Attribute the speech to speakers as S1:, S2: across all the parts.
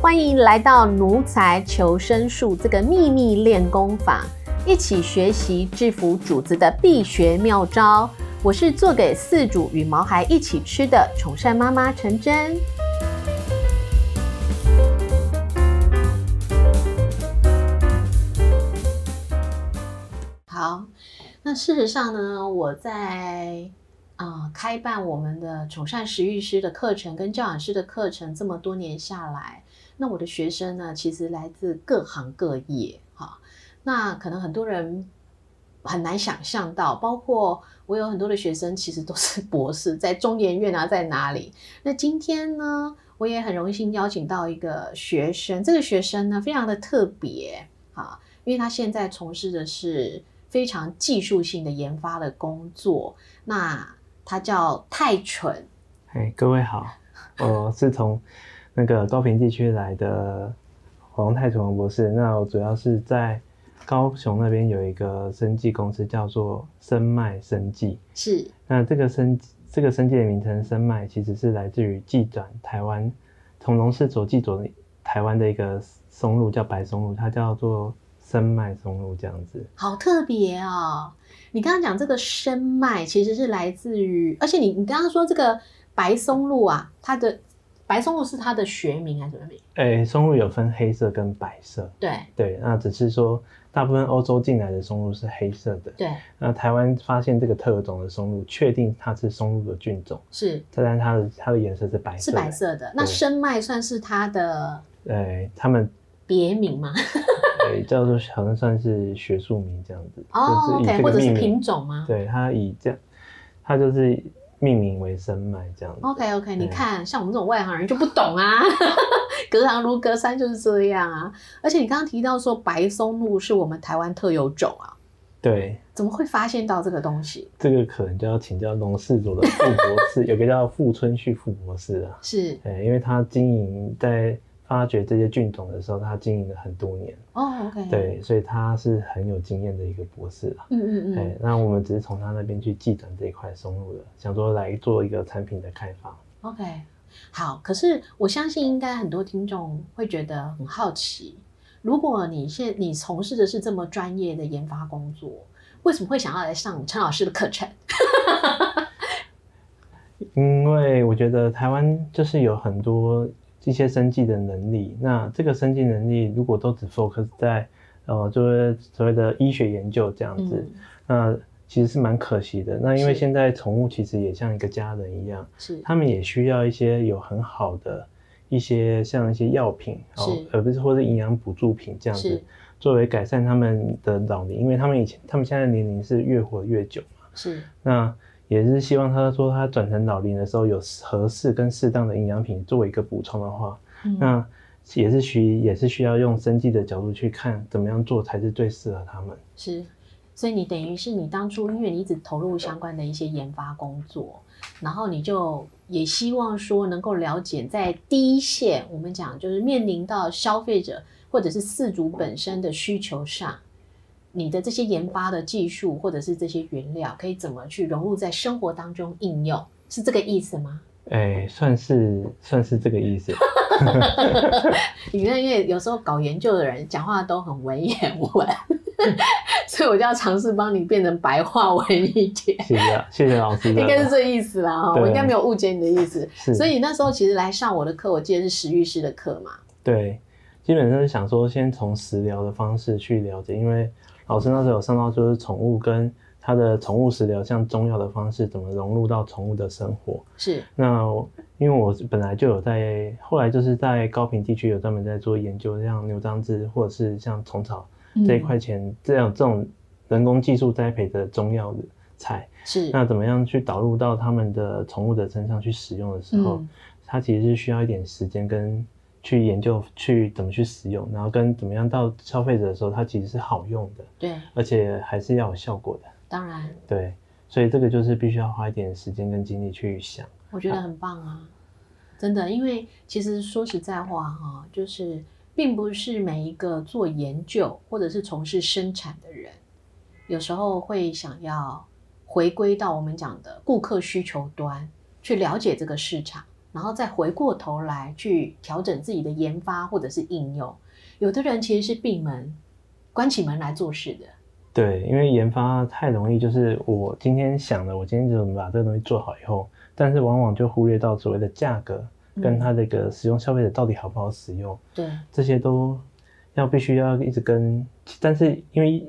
S1: 欢迎来到奴才求生术这个秘密练功法，一起学习制服主子的必学妙招。我是做给饲主与毛孩一起吃的宠善妈妈陈真。好，那事实上呢，我在啊、呃开办我们的宠善食育师的课程跟教养师的课程，这么多年下来，那我的学生呢，其实来自各行各业哈、那可能很多人很难想象到，包括我有很多的学生其实都是 博士，在中研院啊，在哪里？那今天呢，我也很荣幸邀请到一个学生，这个学生呢，非常的特别啊，因为他现在从事的是非常技术性的研发的工作。那他叫泰蠢，
S2: 哎，各位好，我是从那个高平地区来的黄泰崇博士。那我主要是在高雄那边有一个生技公司，叫做生脉生技。
S1: 是
S2: 那这个生这个生技的名称生脉，其实是来自于寄转台湾从龙市所寄转的台湾的一个松露，叫白松露，它叫做生脉松露这样子。
S1: 好特别哦！你刚刚讲这个生脉其实是来自于，而且你你刚刚说这个白松露啊，它的白松露是它的学名还是什么名？
S2: 哎，松露有分黑色跟白色，
S1: 对
S2: 对，那只是说大部分欧洲进来的松露是黑色的。
S1: 对
S2: 那台湾发现这个特种的松露，确定它是松露的菌种，
S1: 是
S2: 再但它的它的颜色是白
S1: 是
S2: 色，
S1: 白。色的。那
S2: 对
S1: 生脉算是它的
S2: 对，哎他们
S1: 别名吗？
S2: 呃叫做好像算是学术名这样子，
S1: 哦
S2: 就是
S1: ，OK，
S2: 以这
S1: 或
S2: 个
S1: 者是
S2: 命
S1: 品
S2: 名，
S1: 种吗？
S2: 对，它以这样，它就是命名为生脉这样子。
S1: OK OK，你
S2: 对
S1: 看，像我们这种外行人就不懂啊， 隔行如隔山就是这样啊。而且你刚刚提到说白松露是我们台湾特有种啊，
S2: 对，
S1: 怎么会发现到这个东西？
S2: 这个可能就要请教龙氏组的傅博士，有个叫傅春旭傅博士啊，
S1: 是
S2: 对，因为他经营在发掘这些菌种的时候，他经营了很多年，
S1: 哦，OK，，
S2: 对，所以他是很有经验的一个博士啊。
S1: 嗯嗯
S2: 对
S1: 嗯，，
S2: 那我们只是从他那边去寄转这一块松露的，想说来做一个产品的开发。
S1: ，OK，好。可是我相信应该很多听众会觉得很好奇，如果你现你从事的是这么专业的研发工作，为什么会想要来上陈老师的课程？
S2: 因为我觉得台湾就是有很多一些生计的能力，那这个生计能力如果都只 focus 在呃，就是所谓的医学研究这样子，
S1: 嗯，
S2: 那其实是蛮可惜的。那因为
S1: 是
S2: 现在宠物其实也像一个家人一样，
S1: 是
S2: 他们也需要一些有很好的一些像一些药品，哦
S1: 是，
S2: 而不是或是营养补助品这样子
S1: 是，
S2: 作为改善他们的老龄，因为他们以前他们现在年龄是越活越久嘛，
S1: 是
S2: 那也是希望他说他转成老龄的时候有合适跟适当的营养品作为一个补充的话，
S1: 嗯
S2: 那也是需也是需要用生计的角度去看怎么样做才是最适合他们。
S1: 是，所以你等于是你当初因为你一直投入相关的一些研发工作，然后你就也希望说能够了解在第一线，我们讲就是面临到消费者或者是饲主本身的需求上，你的这些研发的技术或者是这些原料可以怎么去融入在生活当中应用，是这个意思吗？
S2: 哎，算是算是这个意思。
S1: 你看，因为有时候搞研究的人讲话都很文言文， 所以我就要尝试帮你变成白话文一点。
S2: 谢谢谢谢老师 的，
S1: 应该是这意思啦哈，
S2: 对
S1: 我应该没有误解你的意思。
S2: 是
S1: 所以那时候其实来上我的课，我记得是食欲师的课嘛。
S2: 对，基本上是想说先从食疗的方式去了解，因为老师那时候有上到就是宠物跟它的宠物食疗，像中药的方式怎么融入到宠物的生活。
S1: 是
S2: 那我因为我本来就有在，后来就是在高平地区有专门在做研究，像牛樟芝或者是像虫草这一块钱这样这种人工技术栽培的中药的菜，
S1: 是
S2: 那怎么样去导入到他们的宠物的身上去使用的时候，
S1: 嗯
S2: 它其实是需要一点时间跟去研究去怎么去使用，然后跟怎么样到消费者的时候，它其实是好用的，
S1: 对，
S2: 而且还是要有效果的。
S1: 当然
S2: 对，所以这个就是必须要花一点时间跟精力去想。
S1: 我觉得很棒啊，真的，因为其实说实在话哈，就是并不是每一个做研究或者是从事生产的人，有时候会想要回归到我们讲的顾客需求端去了解这个市场，然后再回过头来去调整自己的研发或者是应用。有的人其实是闭门关起门来做事的，
S2: 对，因为研发太容易，就是我今天想了，我今天怎么把这个东西做好以后，但是往往就忽略到所谓的价格跟它这个使用消费者到底好不好使用，
S1: 对
S2: 这些都要必须要一直跟，但是因为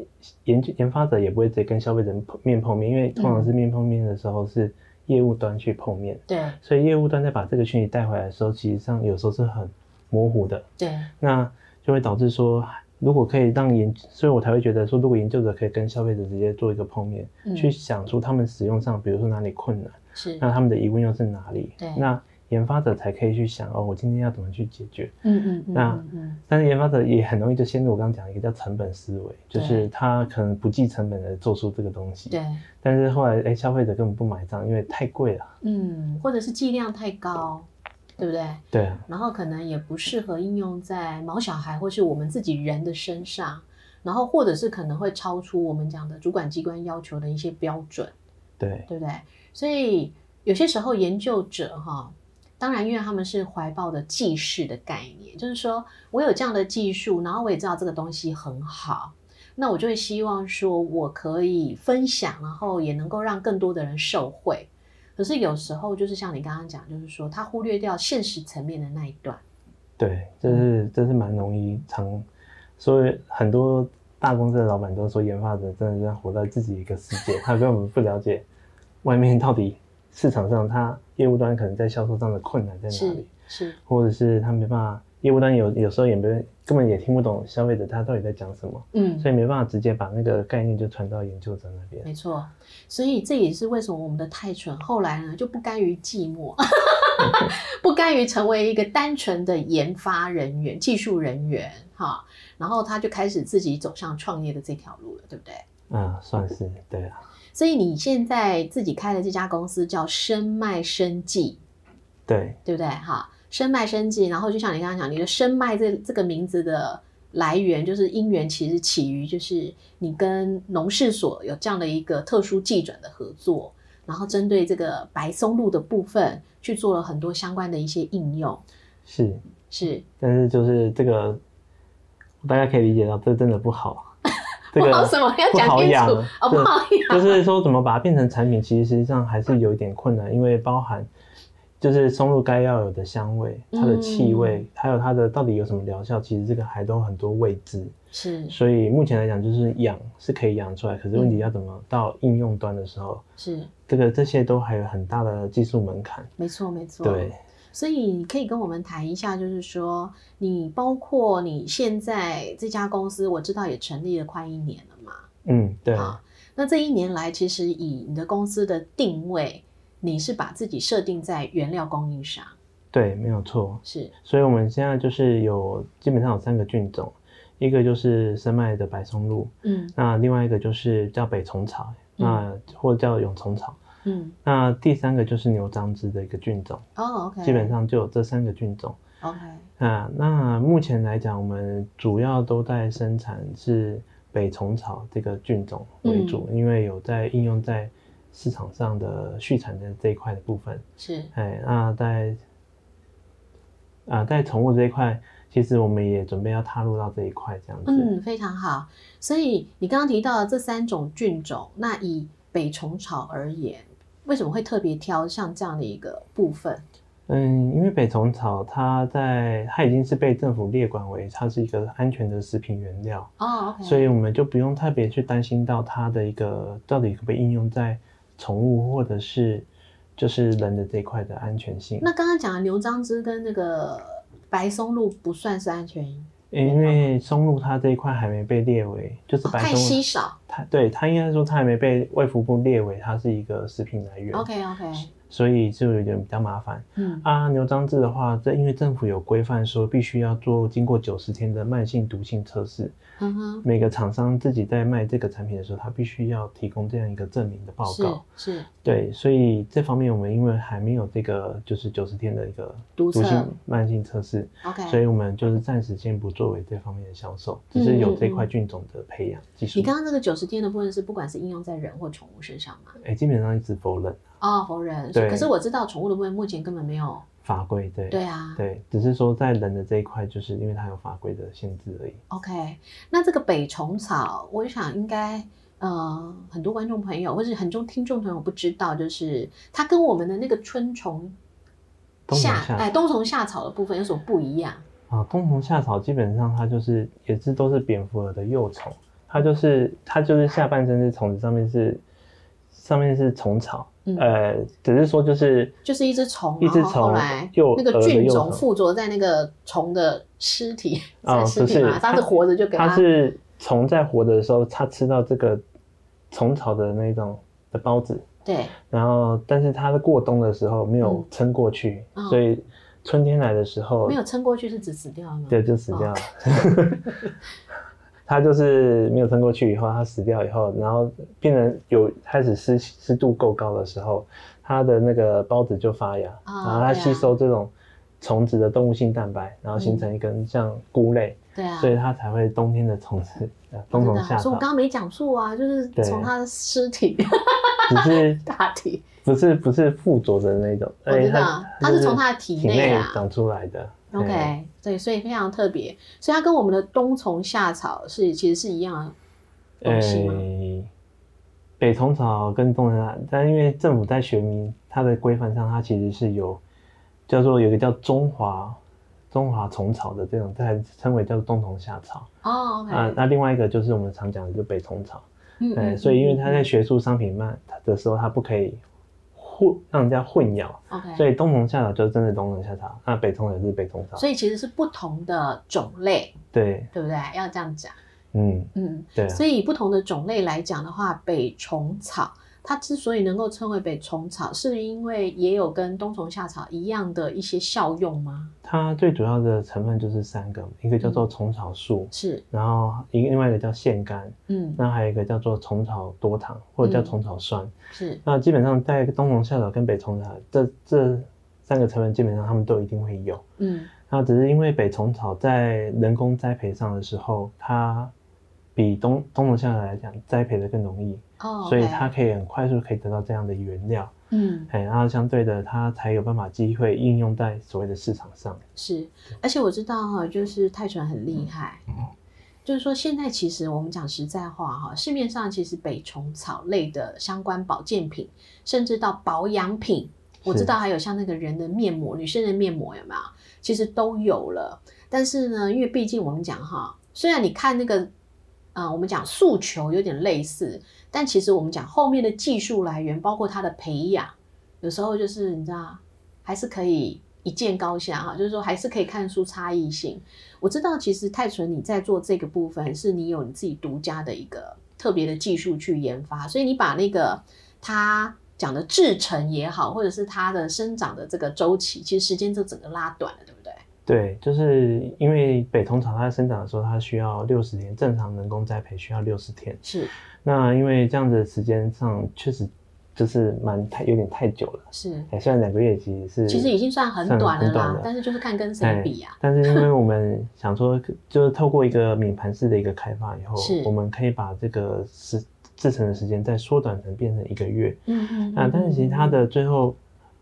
S2: 研究研发者也不会直接跟消费者面碰面，因为通常是面碰面的时候是业务端去碰面，
S1: 对
S2: 所以业务端在把这个讯息带回来的时候，其实上有时候是很模糊的，
S1: 对，
S2: 那就会导致说，如果可以让研，所以我才会觉得说，如果研究者可以跟消费者直接做一个碰面，
S1: 嗯，
S2: 去想出他们使用上，比如说哪里困难，
S1: 是，
S2: 那他们的疑问又是哪里
S1: 对，
S2: 那研发者才可以去想哦，我今天要怎么去解决。
S1: 嗯嗯嗯
S2: 那
S1: 嗯嗯，
S2: 但是研发者也很容易就陷入我刚刚讲的一个叫成本思维，就是
S1: 对
S2: 他可能不计成本的做出这个东西，
S1: 对，
S2: 但是后来哎，消费者根本不买账，因为太贵了。
S1: 嗯，或者是剂量太高，对不对？
S2: 对啊，
S1: 然后可能也不适合应用在毛小孩或是我们自己人的身上，然后或者是可能会超出我们讲的主管机关要求的一些标准，
S2: 对
S1: 对不对？所以有些时候研究者哈，当然因为他们是怀抱的技术的概念，就是说我有这样的技术，然后我也知道这个东西很好。那我就会希望说，我可以分享，然后也能够让更多的人受惠。可是有时候就是像你刚刚讲，就是说他忽略掉现实层面的那一段。
S2: 对，这
S1: 嗯
S2: 是这是蛮容易常，所以很多大公司的老板都说，研发者真的是活在自己一个世界，他根本不了解外面到底市场上他业务端可能在销售上的困难在哪
S1: 是
S2: 里，
S1: 是，
S2: 或者是他没办法，业务端有有时候也没根本也听不懂消费者他到底在讲什么，
S1: 嗯，
S2: 所以没办法直接把那个概念就传到研究者那边。
S1: 没错。所以这也是为什么我们的太蠢后来呢就不甘于寂寞， 不甘于成为一个单纯的研发人员、技术人员哈，然后他就开始自己走上创业的这条路了，对不对？
S2: 啊、算是对啊，
S1: 所以你现在自己开的这家公司叫深脉生技，
S2: 对
S1: 对不对？哈，深脉生技，然后就像你刚刚讲，你的深脉这这个名字的来源，就是因缘，其实起于就是你跟农事所有这样的一个特殊技转的合作，然后针对这个白松露的部分去做了很多相关的一些应用，
S2: 是，
S1: 是
S2: 但是就是这个，大家可以理解到，这真的不好。这
S1: 不
S2: 个
S1: 好什么要
S2: 不
S1: 讲
S2: 好
S1: 清
S2: 养
S1: 楚哦，不好
S2: 就
S1: 养，
S2: 是说怎么把它变成产品，其实实际上还是有一点困难，因为包含就是松露该要有的香味、它的气味，
S1: 嗯
S2: 还有它的到底有什么疗效，其实这个还都很多未知。
S1: 是
S2: 所以目前来讲，就是养是可以养出来，可是
S1: 嗯
S2: 问题要怎么到应用端的时候，
S1: 是，
S2: 这个这些都还有很大的技术门槛。
S1: 没错没错，
S2: 对，
S1: 所以你可以跟我们谈一下，就是说你包括你现在这家公司，我知道也成立了快一年了嘛。
S2: 嗯，对，
S1: 好，那这一年来，其实以你的公司的定位，你是把自己设定在原料供应商，
S2: 对，没有错。
S1: 是
S2: 所以我们现在就是有基本上有三个菌种，一个就是深麦的白松露，
S1: 嗯
S2: 那另外一个就是叫北虫草，那或者叫永虫草。
S1: 嗯
S2: 那第三个就是牛樟芝的一个菌种，
S1: 哦，OK，
S2: 基本上就有这三个菌种。
S1: OK，
S2: 啊，那目前来讲，我们主要都在生产是北虫草这个菌种为主，因为有在应用在市场上的畜产的这一块的部分。
S1: 是
S2: 哎，那在啊，在宠物这一块，其实我们也准备要踏入到这一块这样子。
S1: 嗯非常好。所以你刚刚提到的这三种菌种，那以北虫草而言，为什么会特别挑像这样的一个部分？
S2: 嗯，因为北虫草它在它已经是被政府列管为它是一个安全的食品原料，
S1: 哦，OK，
S2: 所以我们就不用特别去担心到它的一个到底可不可以应用在宠物或者是就是人的这一块的安全性。
S1: 那刚刚讲的牛樟芝跟那个白松露不算是安全因，
S2: 因为松露它这一块还没被列为，就是
S1: 哦
S2: 白
S1: 太
S2: 松
S1: 稀
S2: 露，
S1: 少。
S2: 它对它应该说它还没被卫福部列为它是一个食品来源
S1: OK OK，
S2: 所以就有点比较麻烦。
S1: 嗯
S2: 啊，牛樟芝的话，这因为政府有规范说必须要做经过九十天的慢性毒性测试，
S1: 嗯哼，
S2: 每个厂商自己在卖这个产品的时候，他必须要提供这样一个证明的报告。
S1: 是是
S2: 对，所以这方面我们因为还没有这个就是九十天的一个
S1: 毒测
S2: 性慢性测试，
S1: OK，
S2: 所以我们就是暂时先不作为这方面的销售，
S1: 嗯
S2: 只是有这块菌种的培养技术
S1: 你。刚刚这个九十天的部分是不管是应用在人或宠物身上嘛？
S2: 哎、基本上一直否认，
S1: 哦，否认。
S2: 对
S1: 可是我知道宠物的部分目前根本没有
S2: 法规，对
S1: 对啊，
S2: 对只是说在人的这一块，就是因为它有法规的限制而已。
S1: OK，那这个北虫草，我想应该呃，很多观众朋友或者很多听众朋友不知道，就是它跟我们的那个春虫
S2: 冬虫夏
S1: 哎冬虫夏草的部分有所不一样。
S2: 啊，冬虫夏草基本上它就是也是都是蝙蝠蛾的幼虫，它就是它就是下半身是虫子，上面是上面是虫草，
S1: 嗯，
S2: 呃，只是说就是
S1: 就是一只虫，
S2: 一只
S1: 然后后
S2: 虫呃
S1: 来
S2: 幼
S1: 那个
S2: 蛾的
S1: 菌
S2: 幼
S1: 种
S2: 虫
S1: 附着在那个虫的尸体，
S2: 啊
S1: 算尸
S2: 不
S1: 体
S2: 是
S1: 嘛，它是活着就给
S2: 它是虫在活的时候，它吃到这个虫草的那种的孢子，
S1: 对
S2: 然后但是它过冬的时候没有
S1: 嗯
S2: 撑过去，
S1: 哦
S2: 所以春天来的时候
S1: 没有撑过去是只死掉了吗？
S2: 对，就死掉了。
S1: 哦
S2: 它就是没有撑过去以后，它死掉以后，然后病人有开始湿湿度够高的时候，它的那个孢子就发芽，
S1: 啊
S2: 然后它
S1: 对啊
S2: 吸收这种虫子的动物性蛋白，然后形成一根像菇类，
S1: 对啊，
S2: 所以它才会冬天的虫子呃冬虫
S1: 真的
S2: 夏
S1: 啊所以
S2: 草
S1: 我，刚刚没讲述啊，就是
S2: 对
S1: 从它的尸体
S2: 只是
S1: 大体，
S2: 不是不是附着的那种，
S1: 我知
S2: 哎
S1: 道，它
S2: 就是
S1: 从它的体
S2: 体
S1: 内
S2: 内
S1: 啊。
S2: 长出来的。对
S1: OK，对，所以非常特别，所以它跟我们的冬虫夏草是其实是一样的东西吗？
S2: 诶，北虫草跟东南亚，但因为政府在学名它的规范上，它其实是有叫做有一个叫中华中华虫草的这种，它还称为叫冬虫夏草。
S1: 哦，OK，
S2: 啊，那另外一个就是我们常讲的就北虫草。
S1: 嗯
S2: 对，所以因为它在
S1: 嗯
S2: 学术商品卖的时候，它不可以混让人家混淆，
S1: 嗯 OK，
S2: 所以冬虫夏草就是真的冬虫夏草，那北虫也是北虫草。
S1: 所以其实是不同的种类，
S2: 对，
S1: 对不对？要这样讲，
S2: 嗯，
S1: 嗯，
S2: 对啊。
S1: 所以以不同的种类来讲的话，北虫草它之所以能够称为北虫草，是因为也有跟冬虫夏草一样的一些效用吗？
S2: 它最主要的成分就是三个，一个叫做虫草素，
S1: 是，
S2: 然后一个另外一个叫腺苷，
S1: 嗯，
S2: 那还有一个叫做虫草多糖或者叫
S1: 嗯
S2: 虫草酸。
S1: 是，
S2: 那基本上在冬虫夏草跟北虫草这这三个成分，基本上它们都一定会有。
S1: 嗯，
S2: 那只是因为北虫草在人工栽培上的时候，它比冬冬虫夏草来讲栽培的更容易，
S1: 哦，
S2: 所以
S1: OK
S2: 它，可以很快速可以得到这样的原料，
S1: 嗯，
S2: 哎，然后相对的它才有办法机会应用在所谓的市场上。
S1: 是，而且我知道哈，就是泰拳很厉害，
S2: 嗯
S1: 就是说现在其实我们讲实在话哈，市面上其实北虫草类的相关保健品，甚至到保养品，我知
S2: 是
S1: 道还有像那个人的面膜，女生的面膜有没有？其实都有了。但是呢，因为毕竟我们讲哈，虽然你看那个，呃，我们讲诉求有点类似，但其实我们讲后面的技术来源，包括它的培养，有时候就是你知道，还是可以一见高下哈，就是说还是可以看出差异性。我知道，其实泰纯你在做这个部分，是你有你自己独家的一个特别的技术去研发，所以你把那个它讲的制成也好，或者是它的生长的这个周期，其实时间就整个拉短了，对不对？
S2: 对，就是因为北虫草它生长的时候，它需要六十天，正常人工栽培需要六十天。
S1: 是
S2: 那因为这样子的时间上确实就是蛮太有点太久了，
S1: 是，
S2: 哎，虽然两个月其实是
S1: 其实已经算很
S2: 算
S1: 短了
S2: 很
S1: 啦
S2: 短，了
S1: 但是就是看跟谁
S2: 哎
S1: 比啊。
S2: 但是因为我们想说，就是透过一个敏盘式的一个开发以后
S1: 是，
S2: 我们可以把这个时制成的时间再缩短成变成一个月。
S1: 嗯嗯
S2: 那啊但是其实它
S1: 嗯
S2: 的最后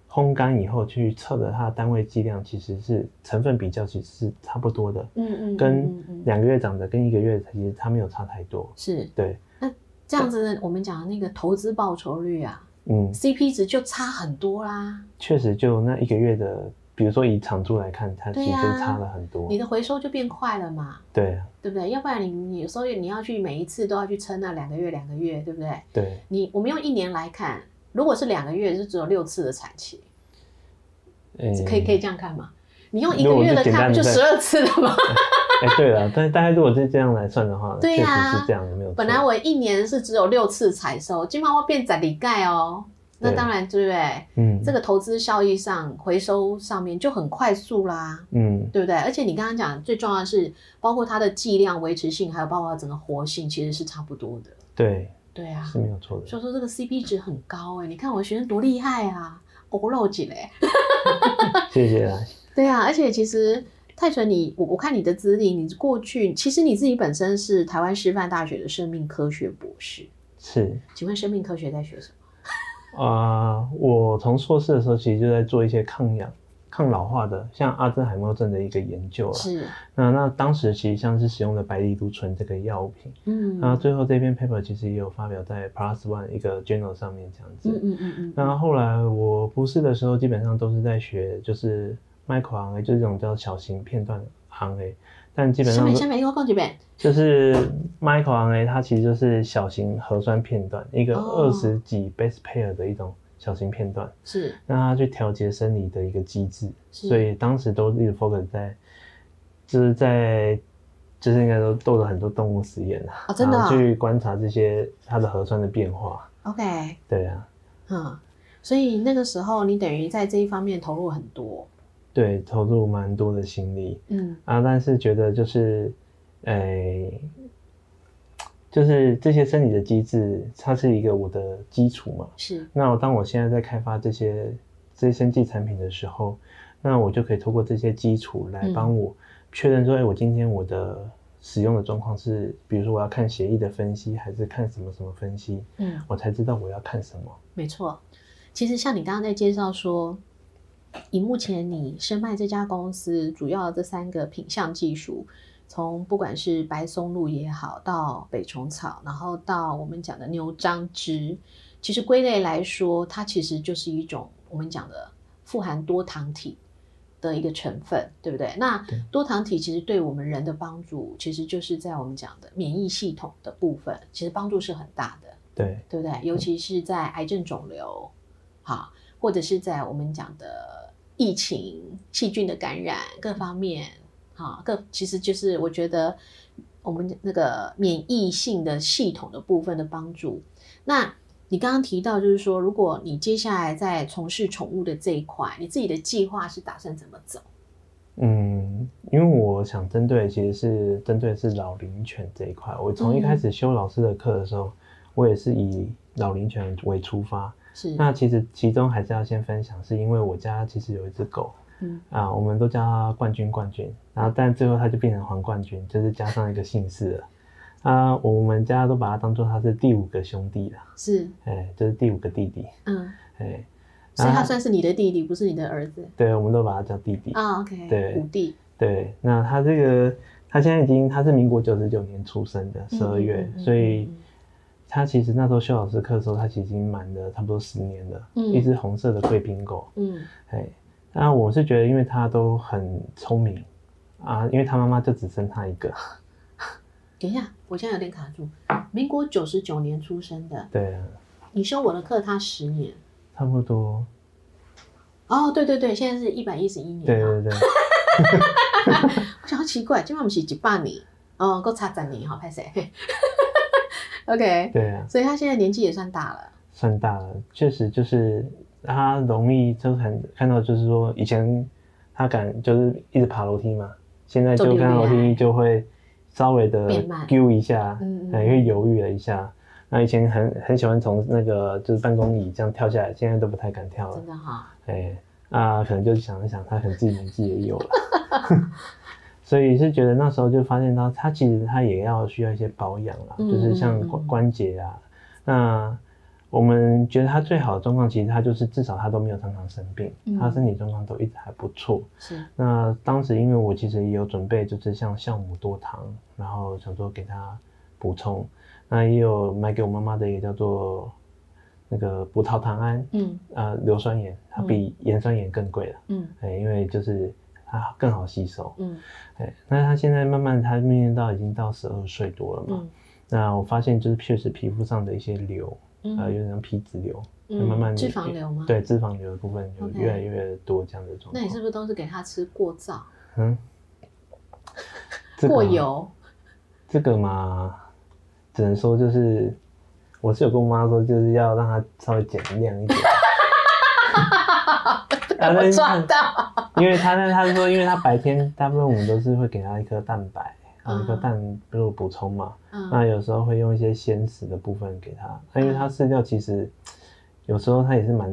S2: 烘干以后去测的它的单位剂量，其实是成分比较其实是差不多的。
S1: 嗯嗯嗯嗯嗯
S2: 跟
S1: 嗯
S2: 两个月长的跟一个月其实它没有差太多。
S1: 是
S2: 对，
S1: 这样子，我们讲的那个投资报酬率啊
S2: 嗯，
S1: ，CP 值就差很多啦。
S2: 确实就那一个月的，比如说以长度来看，它
S1: 对
S2: 其实
S1: 呀
S2: 差了很多。
S1: 你的回收就变快了嘛，
S2: 对啊
S1: 对不对？要不然你你有时候你要去每一次都要去撑那两个月两个月，对不对？
S2: 对，
S1: 你我们用一年来看，如果是两个月，就只有六次的产期，
S2: 嗯
S1: 可以可以这样看吗？你用一
S2: 如
S1: 个
S2: 果
S1: 月
S2: 是
S1: 的
S2: 简
S1: 看，
S2: 单
S1: 不
S2: 的
S1: 就十二次了 吗？
S2: 哎、对了，但大概如果是这样来算的话，
S1: 对
S2: 确
S1: 呀
S2: 实是这样，没有错。
S1: 本来我一年是只有六次采收，今晚我变攒礼盖哦，那
S2: 对
S1: 当然对不对？
S2: 嗯
S1: 这个投资效益上、回收上面就很快速啦。
S2: 嗯
S1: 对不对？而且你刚刚讲最重要的是，包括它的剂量、维持性，还有包括它整个活性，其实是差不多的。
S2: 对
S1: 对啊，
S2: 是没有错的。
S1: 所以说这个 CP 值很高哎、你看我学生多厉害啊，欧露姐嘞。
S2: 谢谢啦，
S1: 对啊，而且其实泰纯你，我我看你的资历，你过去其实你自己本身是台湾师范大学的生命科学博士，
S2: 是
S1: 请问生命科学在学什么？
S2: 啊、我从硕士的时候其实就在做一些抗氧抗老化的，像阿兹海默症的一个研究了。
S1: 是，
S2: 那那当时其实像是使用了白藜芦醇这个药品，
S1: 嗯，
S2: 那最后这篇 paper 其实也有发表在 Plus One 一个 journal 上面这样子。
S1: 嗯嗯嗯嗯，
S2: 那后来我博士的时候，基本上都是在学就是 microRNA，就是这种叫小型片段 RNA，但基本
S1: 下
S2: 上
S1: 面
S2: 都
S1: 下面给我讲一遍，
S2: 就是 microRNA，它其实就是小型核酸片段，一个
S1: 哦
S2: 二十几 base pair 的一种小型片段，
S1: 是
S2: 让它去调节生理的一个机制。
S1: 是，
S2: 所以当时都一直 focus 在，就是在，就是应该说做了很多动物实验啊，
S1: 哦真的啊
S2: 然后去观察这些它的核酸的变化。
S1: OK，
S2: 对啊，
S1: 嗯，所以那个时候你等于在这一方面投入很多，
S2: 对，投入蛮多的心力
S1: 嗯
S2: 啊，但是觉得就是，诶、就是这些生理的机制，它是一个我的基础嘛。
S1: 是，
S2: 那我当我现在在开发这些这些生技产品的时候，那我就可以透过这些基础来
S1: 嗯
S2: 帮我确认说，哎、我今天我的使用的状况是，比如说我要看协议的分析，还是看什么什么分析，
S1: 嗯。
S2: 我才知道我要看什么。
S1: 没错，其实像你刚刚在介绍说，以目前你深脉这家公司主要的这三个品相技术，从不管是白松露也好，到北虫草，然后到我们讲的牛樟芝，其实归类来说，它其实就是一种我们讲的富含多糖体。的一个成分，对不对？那
S2: 对
S1: 多糖体其实对我们人的帮助，其实就是在我们讲的免疫系统的部分，其实帮助是很大的。
S2: 对，
S1: 对不对？尤其是在癌症肿瘤，好，或者是在我们讲的疫情、细菌的感染各方面，好，各其实就是我觉得我们那个免疫性的系统的部分的帮助。那你刚刚提到，就是说，如果你接下来在从事宠物的这一块，你自己的计划是打算怎么走？
S2: 嗯，因为我想针对其实是针对的是老龄犬这一块，我从一开始修老师的课的时候，我也是以老龄犬为出发。
S1: 是，
S2: 那其实其中还是要先分享，是因为我家其实有一只狗。
S1: 嗯，
S2: 啊，我们都叫他冠军冠军，然后但最后他就变成黄冠军，就是加上一个姓氏了。啊，我们家都把他当做他是第五个兄弟了，
S1: 是，
S2: 哎，就是第五个弟弟，
S1: 嗯，
S2: 哎，
S1: 所以
S2: 啊
S1: 他算是你的弟弟，不是你的儿子
S2: 对，我们都把他叫弟弟。
S1: 啊、o k
S2: 对
S1: 五弟，
S2: 对，那他这个他现在已经他是民国九十九年出生的，十二
S1: 嗯嗯
S2: 月
S1: 嗯，嗯
S2: 所以
S1: 嗯
S2: 他其实那时候修老师课的时候，他其实已经满了差不多十年了，
S1: 嗯
S2: 一只红色的贵宾狗。
S1: 嗯，
S2: 哎，那我是觉得，因为他都很聪明啊，因为他妈妈就只剩他一个。
S1: 等一下，我现在有点卡住。民国九十九年出生的，
S2: 对啊，
S1: 你修我的课，他十年。
S2: 差不多。
S1: 哦，对对对，现在是一百一十一年。啊
S2: 对对对，
S1: 我想好奇怪，今晚不是一百年，哦，够差十年哈，拍谁 ？OK，
S2: 对啊，
S1: 所以他现在年纪也算大了。
S2: 算大了，确实就是他容易就很看到，就是说以前他敢就是一直爬楼梯嘛，现在就看到楼
S1: 走溜
S2: 梯就会稍微的
S1: 变慢
S2: 丢一下，
S1: 嗯嗯
S2: 哎因为犹豫了一下。那以前很很喜欢从那个就是办公椅这样跳下来，现在都不太敢跳了
S1: 真。的哈、
S2: 哎，啊，可能就想一想，他可能自己年纪也有了， 所以是觉得那时候就发现到他其实他也要需要一些保养啦，
S1: 嗯
S2: 就是像
S1: 嗯
S2: 关
S1: 嗯
S2: 关节啊。那我们觉得他最好的状况，其实他就是至少他都没有常常生病，
S1: 嗯
S2: 他身体状况都一直还不错。
S1: 是，
S2: 那当时因为我其实也有准备，就是像酵母多糖，然后想说给他补充，那也有买给我妈妈的一个叫做那个葡萄糖胺，
S1: 嗯
S2: 呃，硫酸盐它比盐酸盐更贵了，
S1: 嗯
S2: 哎、因为就是它更好吸收，
S1: 嗯
S2: 哎，那它现在慢慢它面临到已经到十二岁多了嘛，
S1: 嗯
S2: 那我发现就是确实皮肤上的一些瘤，呃，有
S1: 嗯
S2: 点像皮脂瘤，
S1: 嗯
S2: 慢慢
S1: 脂肪瘤吗？。
S2: 对，脂肪瘤的部分有
S1: OK
S2: 越来越多这样的状
S1: 嗯
S2: 况。
S1: 那你是不是都是给他吃过燥、
S2: 嗯，这个
S1: 过
S2: 嘛
S1: 油？
S2: 这个嘛，只能说就是我是有跟我妈说，就是要让它稍微减量 一点。啊
S1: 我
S2: 但是
S1: 抓到，
S2: 因为他呢，他是说，因为他白天大部分我们都是会给他一颗蛋白，然后一颗
S1: 嗯
S2: 蛋如果补充嘛，
S1: 嗯
S2: 那有时候会用一些鲜食的部分给他，那因为
S1: 嗯
S2: 他饲料其实有时候他也是蛮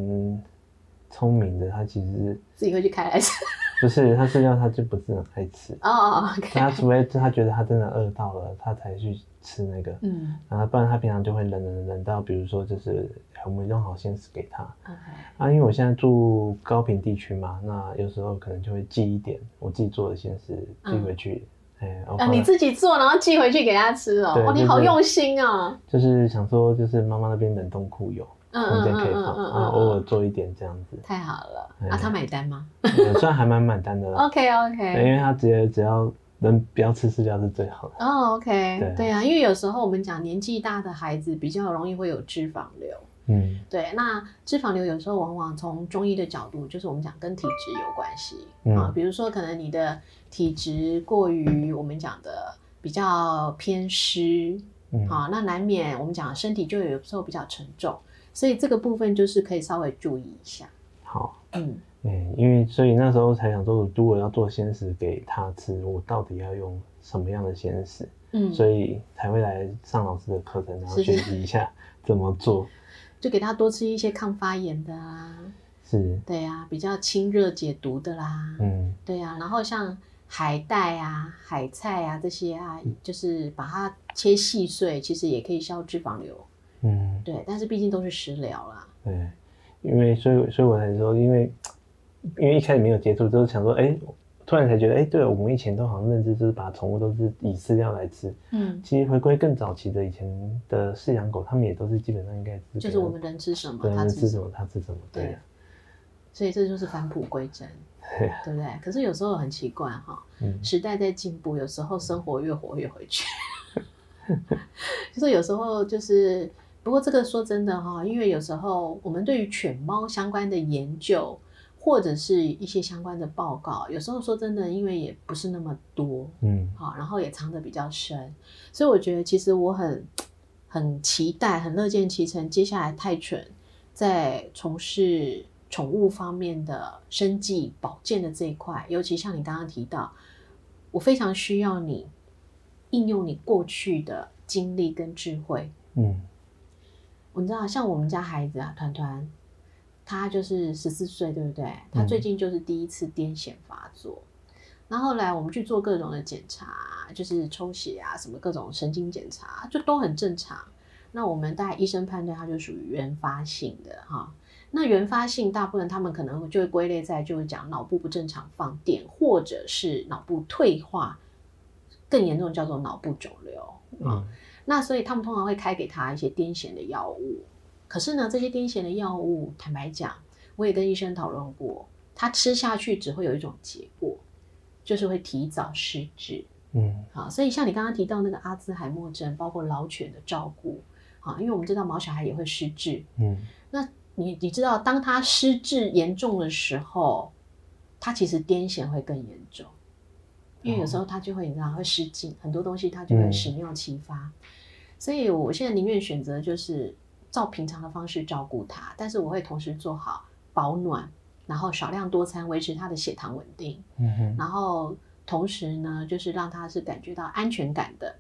S2: 聪明的，他其实
S1: 自己会去开来吃。
S2: 不是他饲料他就不是很爱吃，
S1: 哦，OK，
S2: 他除非他觉得他真的饿到了，他才去吃那个，
S1: 嗯
S2: 然后不然他平常就会冷冷冷到，比如说就是我们弄好鲜食给他
S1: ，OK，
S2: 啊，因为我现在住高平地区嘛，那有时候可能就会寄一点我自己做的鲜食寄回去，哎、然后
S1: 嗯啊，
S2: 放
S1: 你
S2: 在
S1: 自己做，然后寄回去给他吃哦
S2: 对，
S1: 哦，你
S2: 就是
S1: 好用心啊，
S2: 就是想说就是妈妈那边冷冻库有，
S1: 嗯
S2: 空
S1: 嗯
S2: 间
S1: 嗯
S2: 可以
S1: 嗯
S2: 放，
S1: 嗯
S2: 啊，偶尔做一点这样子，
S1: 太好了
S2: 哎
S1: 啊，他买单吗
S2: 嗯虽然还蛮买单的啦，
S1: ？OK
S2: 对啊哎
S1: OK，
S2: 因为他直接只要能不要吃饲料是最好的，
S1: 哦 OK，
S2: 对
S1: 对啊，因为有时候我们讲年纪大的孩子比较容易会有脂肪瘤。
S2: 嗯
S1: 对，那脂肪瘤有时候往往从中医的角度，就是我们讲跟体质有关系、
S2: 嗯
S1: 啊，比如说可能你的体质过于我们讲的比较偏湿，
S2: 嗯，
S1: 啊，那难免我们讲身体就有时候比较沉重，所以这个部分就是可以稍微注意一下。
S2: 好。
S1: 嗯，
S2: 嗯，因为所以那时候才想说，如果要做鲜食给他吃，我到底要用什么样的鲜食？
S1: 嗯，
S2: 所以才会来上老师的课程，然后
S1: 是
S2: 学习一下怎么做。
S1: 就给他多吃一些抗发炎的啊，
S2: 是，
S1: 对啊，比较清热解毒的啦，
S2: 嗯
S1: 对啊，然后像海带啊、海菜啊这些啊，
S2: 嗯
S1: 就是把它切细碎，其实也可以消脂肪瘤。
S2: 嗯，
S1: 对，但是毕竟都是食疗啦。
S2: 对，因为所以所以我才说，因为因为一开始没有接触，就是想说，哎、突然才觉得，哎、对我们以前都好像认知就是把宠物都是以饲料来吃，
S1: 嗯，
S2: 其实回归更早期的以前的饲养狗，它们也都是基本上应该是
S1: 就是我们人吃什么，
S2: 对
S1: 它
S2: 能
S1: 吃
S2: 吃
S1: 什
S2: 什
S1: 么，
S2: 么它吃什么，对
S1: 对所以这就是返璞归真，
S2: 对啊，
S1: 对不对？可是有时候很奇怪哈，
S2: 嗯
S1: 时代在进步，有时候生活越活越回去， 就是有时候就是。不过这个说真的哈，因为有时候我们对于犬猫相关的研究，或者是一些相关的报告，有时候说真的，因为也不是那么多，
S2: 嗯。
S1: 好，然后也藏得比较深，所以我觉得其实我很很期待，很乐见其成，接下来泰犬在从事宠物方面的生计保健的这一块，尤其像你刚刚提到，我非常需要你应用你过去的经历跟智慧。
S2: 嗯
S1: 你知道，像我们家孩子啊，团团，他就是十四岁，对不对？他最近就是第一次癫痫发作，然后后来我们去做各种的检查，就是抽血啊，什么各种神经检查，就都很正常。那我们大概医生判断他就属于原发性的哈。那原发性大部分他们可能就会归类在就是讲脑部不正常放电，或者是脑部退化，更严重叫做脑部肿瘤。
S2: 嗯
S1: 那所以他们通常会开给他一些癫痫的药物。可是呢，这些癫痫的药物，坦白讲，我也跟医生讨论过，他吃下去只会有一种结果，就是会提早失智。
S2: 嗯
S1: 啊，所以像你刚刚提到那个阿兹海默症，包括老犬的照顾，啊，因为我们知道毛小孩也会失智。
S2: 嗯
S1: 那你你知道，当他失智严重的时候，他其实癫痫会更严重，因为有时候他就会你知道会失禁，很多东西他就会
S2: 嗯
S1: 始料未发。所以我现在宁愿选择就是照平常的方式照顾他，但是我会同时做好保暖，然后少量多餐，维持他的血糖稳定。
S2: 嗯哼，
S1: 然后同时呢，就是让他是感觉到安全感的。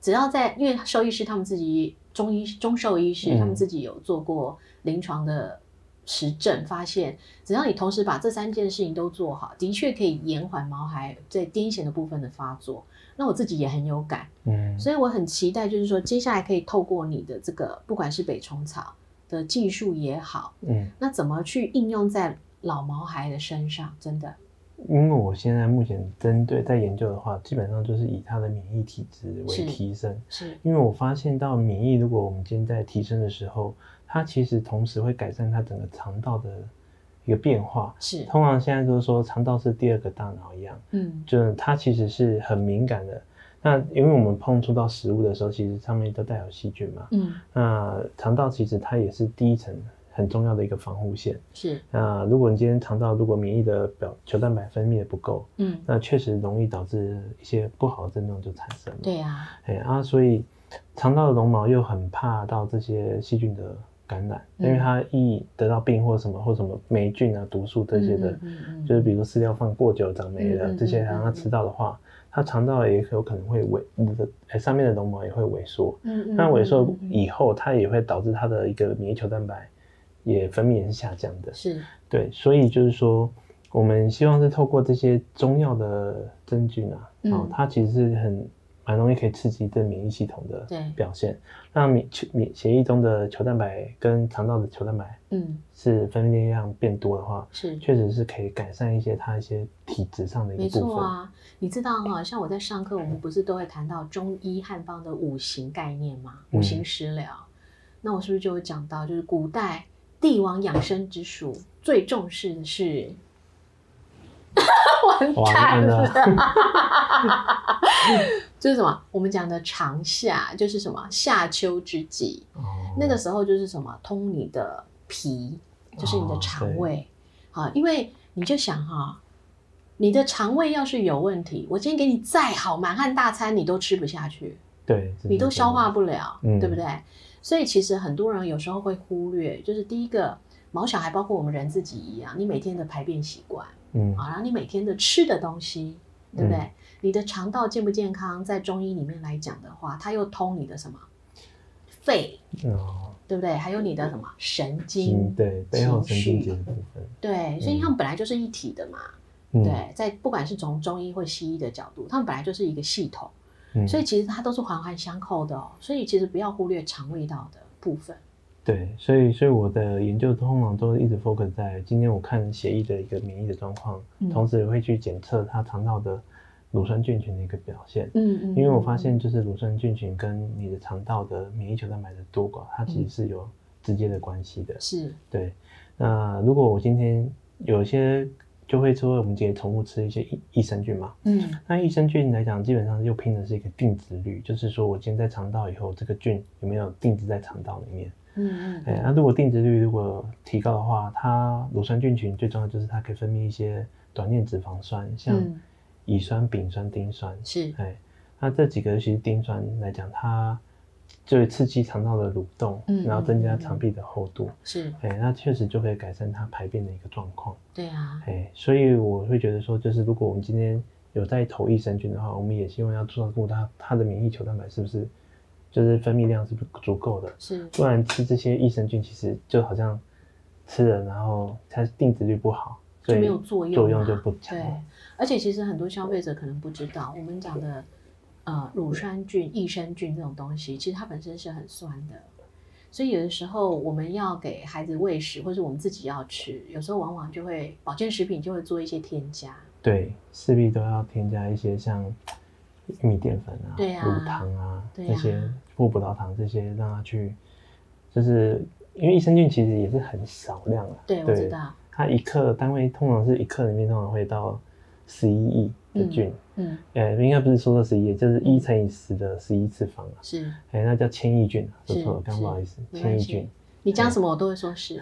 S1: 只要在，因为兽医师他们自己中医中兽医师
S2: 嗯
S1: 他们自己有做过临床的实证，发现只要你同时把这三件事情都做好，的确可以延缓毛孩在癫痫的部分的发作。那我自己也很有感，
S2: 嗯
S1: 所以我很期待，就是说接下来可以透过你的这个，不管是北虫草的技术也好，
S2: 嗯，
S1: 那怎么去应用在老毛孩的身上，真的，
S2: 因为我现在目前针对在研究的话，基本上就是以它的免疫体质
S1: 是
S2: 为提升，
S1: 是
S2: 因为我发现到免疫，如果我们今天在提升的时候，它其实同时会改善它整个肠道的一个变化。
S1: 是，
S2: 通常现在就是说肠道是第二个大脑一样，
S1: 嗯
S2: 就是它其实是很敏感的。那因为我们碰触到食物的时候，其实上面都带有细菌嘛。
S1: 嗯，
S2: 那肠道其实它也是第一层很重要的一个防护线。
S1: 是，
S2: 那如果你今天肠道如果免疫的表球蛋白分泌的不够，
S1: 嗯，
S2: 那确实容易导致一些不好的症状就产生了。，
S1: 对呀、
S2: 哎啊，所以肠道的绒毛又很怕到这些细菌的感染，
S1: 嗯
S2: 因为它易得到病或什么或什么霉菌啊、毒素
S1: 嗯
S2: 这些的，
S1: 嗯嗯嗯
S2: 就是比如饲料放过久长霉了、
S1: 嗯嗯
S2: 这些，
S1: 嗯
S2: 让它吃到的话，它肠道也有可能会萎，你的哎上面的绒毛也会萎缩。
S1: 嗯嗯，
S2: 那萎缩
S1: 嗯嗯嗯
S2: 以后，它也会导致它的一个免疫球蛋白也分泌也是下降的。
S1: 是，
S2: 对，所以就是说，我们希望是透过这些中药的真菌啊，
S1: 嗯
S2: 哦，它其实是很蛮容易可以刺激这免疫系统的
S1: 对
S2: 表现，让免球免血液中的球蛋白跟肠道的球蛋白
S1: 嗯，
S2: 是分泌量变多的话，
S1: 是。
S2: 确实是可以改善一些它一些体质上的一
S1: 没
S2: 个部
S1: 错
S2: 分。
S1: 啊，你知道哈、像我在上课，我们不是都会谈到中医汉方的五行概念吗？
S2: 嗯
S1: 五行食疗，那我是不是就有讲到，就是古代帝王养生之术最重视的是， 完蛋了，
S2: 完
S1: 就是什么？我们讲的长夏，就是什么夏秋之际，
S2: 哦
S1: 那个时候就是什么通你的脾，就是你的
S2: 哦
S1: 肠
S2: 对
S1: 胃，好、因为你就想哈、你的肠胃要是有问题，我今天给你再好满汉大餐，你都吃不下去，
S2: 对，
S1: 你都消化
S2: 不
S1: 不了，
S2: 嗯
S1: 对不对？所以其实很多人有时候会忽略，就是第一个毛小孩，包括我们人自己一样，你每天的排便习惯
S2: 嗯
S1: 啊，然后你每天的吃的东西，对不对？
S2: 嗯
S1: 你的肠道健不健康，在中医里面来讲的话，它又通你的什么肺，
S2: 哦，
S1: 对不对？还有你的什么神经
S2: 嗯，，对，背后神经节
S1: 情
S2: 的部分，
S1: 对，所以
S2: 嗯
S1: 他们本来就是一体的嘛。
S2: 嗯，
S1: 对，在不管是从中医或西医的角度，他们本来就是一个系统，
S2: 嗯，
S1: 所以其实它都是环环相扣的哦。所以其实不要忽略肠胃道的部分。
S2: 对，所以所以我的研究通常都一直 focus 在今天我看血液的一个免疫的状况，
S1: 嗯
S2: 同时也会去检测它肠道的乳酸菌群的一个表现。
S1: 嗯嗯
S2: 因为我发现，就是乳酸菌群跟你的肠道的免疫球蛋白的多寡，它
S1: 嗯
S2: 其实是有直接的关系的。
S1: 是，
S2: 对，那如果我今天有些就会说，我们今天重复吃一些益益生菌嘛，
S1: 嗯
S2: 那益生菌来讲，基本上又拼的是一个定植率，就是说我今天在肠道以后，这个菌有没有定植在肠道里面？
S1: 嗯
S2: 哎，那如果定植率如果提高的话，它乳酸菌群最重要就是它可以分泌一些短链脂肪酸，像
S1: 嗯，
S2: 乙酸、丙酸、丁酸。
S1: 是，
S2: 哎，那这几个尤其是丁酸来讲，它就会刺激肠道的蠕动，
S1: 嗯
S2: 然后增加
S1: 嗯嗯
S2: 肠壁的厚度。
S1: 是，
S2: 哎，那确实就可以改善它排便的一个状况。
S1: 对啊，
S2: 哎，所以我会觉得说，就是如果我们今天有在投益生菌的话，我们也希望要照顾它它的免疫球蛋白是不是，就是分泌量是不是足够的。
S1: 是，
S2: 不然吃这些益生菌，其实就好像吃了，然后它定植率不好，所
S1: 就
S2: 以
S1: 没有作用，
S2: 作用就不强。
S1: 对，而且其实很多消费者可能不知道，我们讲的呃乳酸菌、益生菌这种东西，其实它本身是很酸的，所以有的时候我们要给孩子喂食，或是我们自己要吃，有时候往往就会保健食品就会做一些添加，
S2: 对，势必都要添加一些像米淀粉啊、
S1: 对啊
S2: 乳糖啊
S1: 对
S2: 这些
S1: 啊
S2: 或葡萄糖这些，让它去，就是因为益生菌其实也是很少量啊。
S1: 对，我知道，
S2: 它一克单位通常是一克里面通常会到十一亿的菌，
S1: 嗯，
S2: 呃，应该不是说到十一亿，就是一
S1: 嗯
S2: 乘以十的十一次方啊。
S1: 是
S2: 哎、那叫千亿菌啊，说
S1: 嗯是
S2: 错了，刚
S1: 是
S2: 不好意思，
S1: 没
S2: 千
S1: 关
S2: 亿
S1: 系
S2: 菌。
S1: 你讲什么我都会说是，